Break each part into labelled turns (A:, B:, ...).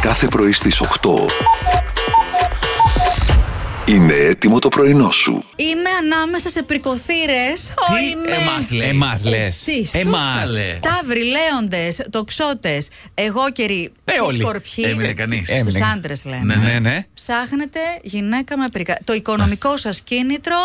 A: κάθε πρωί στις 8. Είναι έτοιμο το πρωινό σου.
B: Είμαι ανάμεσα σε πρικοθύρες.
C: Τι εμάς λέει.
D: Εμάς λες.
B: Εσείς.
D: Εμά.
C: Σωστά λέει.
B: Ταύροι, λέοντες, τοξότες, εγώκεροι,
D: Ε, όλοι.
B: σκορπιοί.
C: Έμεινε κανείς.
B: Στους
D: Έμεινε.
B: άντρες λέμε.
D: Ναι, ναι, ναι.
B: Ψάχνετε γυναίκα με πρίκα. Το οικονομικό σας κίνητρο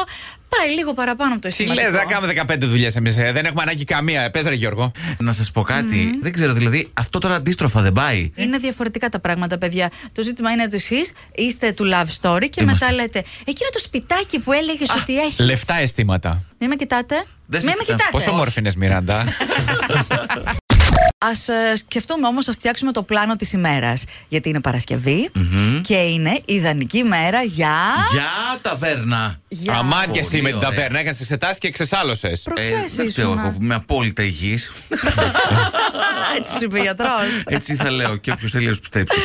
B: πάει λίγο παραπάνω από το
D: Τι
B: αισθηματικό.
D: λες, να κάνουμε 15 δουλειές εμείς. ε. Δεν έχουμε ανάγκη καμία. Πες, ρε Γιώργο.
C: Να σας πω κάτι.
B: Mm-hmm.
C: Δεν ξέρω, δηλαδή αυτό τώρα αντίστροφα δεν πάει.
B: Είναι διαφορετικά τα πράγματα, παιδιά. Το ζήτημα είναι ότι εσείς είστε του love story και μετά λέτε εκείνο το σπιτάκι που έλεγες ότι έχεις.
D: Λεφτά αισθήματα.
B: Μην με κοιτάτε.
C: Δεν σε
B: Μην με
C: κοιτάω.
B: κοιτάτε.
D: Πόσο όμορφη είναι, Μιράντα.
B: Ας ε, σκεφτούμε όμως, ας φτιάξουμε το πλάνο της ημέρας. Γιατί είναι Παρασκευή και είναι ιδανική μέρα για.
C: Για ταβέρνα.
B: για...
D: Αμάν και
C: Πολύ
D: εσύ με την
C: ωραία. Ε,
D: ταβέρνα. Έκανε εξετάσει και εξεσάλωσες.
B: Προχθές
C: δεν φταίω
B: ήσουνα.
C: εγώ που είμαι απόλυτα υγιής.
B: Έτσι σου είπε γιατρός.
C: Έτσι θα λέω και όποιος θέλει να σου πιστέψει.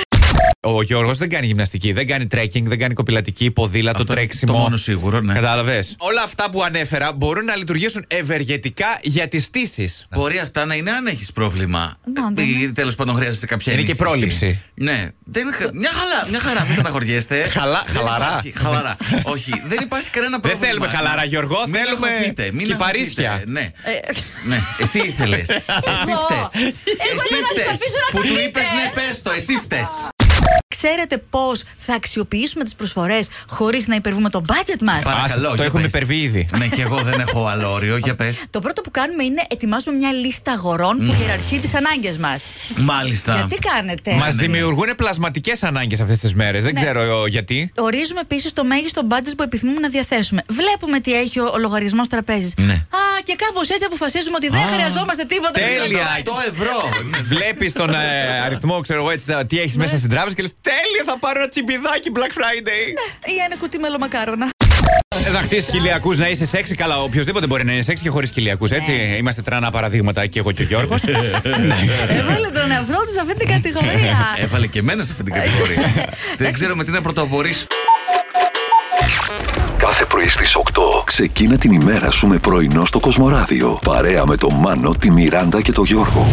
D: Ο Γιώργος δεν κάνει γυμναστική, δεν κάνει τρέκινγκ, δεν κάνει κοπηλατική, ποδήλατο,
C: Αυτό είναι
D: τρέξιμο.
C: το μόνο σίγουρο, ναι.
D: Κατάλαβες. Όλα αυτά που ανέφερα μπορούν να λειτουργήσουν ευεργετικά για τις στήσεις.
C: Μπορεί αυτά να είναι αν έχεις πρόβλημα.
B: Να, ναι. δεν είναι.
C: Τέλος πάντων, χρειάζεσαι κάποια
D: Είναι και
C: ενίσχυση.
D: πρόληψη.
C: Ναι. Δεν, είναι χα- μια, χαλά, μια χαρά, μην στεναχωριέστε.
D: Χαλά-
C: Δεν
D: χαλαρά.
C: υπάρχει- χαλαρά. Όχι, δεν υπάρχει κανένα
D: Δεν
C: πρόβλημα.
D: θέλουμε χαλαρά, Γιώργο,
C: Μην
D: θέλουμε
C: αγχωθείτε, μην
D: κυπαρίσια.
C: αγχωθείτε. Ναι.
B: Ε,
C: ναι. Εσύ ήθελες. Εσύ φταίς.
B: Εγώ
C: Εσύ
B: λέω να σας
C: φταίς.
B: αφήσω να
C: Που
B: το
C: του
B: πείτε.
C: είπες ναι, πες το, εσύ φταίς.
B: Ξέρετε πώς θα αξιοποιήσουμε τις προσφορές χωρίς να υπερβούμε το budget μας.
C: Πα- παρακαλώ,
D: Ας, το
C: για
D: έχουμε
C: πες.
D: υπερβεί ήδη.
C: Ναι, και εγώ δεν έχω άλλο όριο. Για πες.
B: Το πρώτο που κάνουμε είναι ετοιμάζουμε μια λίστα αγορών που ιεραρχεί τις ανάγκες μας.
C: Μάλιστα.
B: Γιατί
C: ναι,
B: κάνετε.
D: Μας δημιουργούν πλασματικές ανάγκες αυτές τις μέρες. Δεν
B: Ναι.
D: ξέρω ε, γιατί.
B: Ορίζουμε επίσης το μέγιστο budget που επιθυμούμε να διαθέσουμε. Βλέπουμε τι έχει ο, ο λογαριασμό τραπέζι.
C: Ναι.
B: Α, και κάπως έτσι αποφασίζουμε ότι δεν χρειαζόμαστε τίποτα.
D: τέλεια.
B: περισσότερο.
C: Το ευρώ.
D: Βλέπεις τον ε, αριθμό, ξέρω εγώ, έτσι, τα- τι έχεις μέσα στην τράπεζα και λες: Τέλεια, θα πάρω ένα τσιμπιδάκι Black Friday.
B: Ή ένα κουτί μελομακάρονα.
D: Θες να χτίσει κοιλιακούς, να είσαι σεξι. Καλά, οποιοδήποτε μπορεί να είναι σεξι και χωρίς κοιλιακούς, έτσι. Είμαστε τρανά παραδείγματα και εγώ και ο Γιώργος.
B: Έβαλε Ε, τον εαυτό του σε αυτή την κατηγορία.
C: Έβαλε και εμένα σε αυτή την κατηγορία. Δεν ξέρω με τι να πρωτοπορήσω.
A: Κάθε πρωί στις 8. Ξεκίνα την ημέρα σου με πρωινό στο Κοσμοράδιο. Παρέα με τον Μάνο, τη Μιράντα και τον Γιώργο.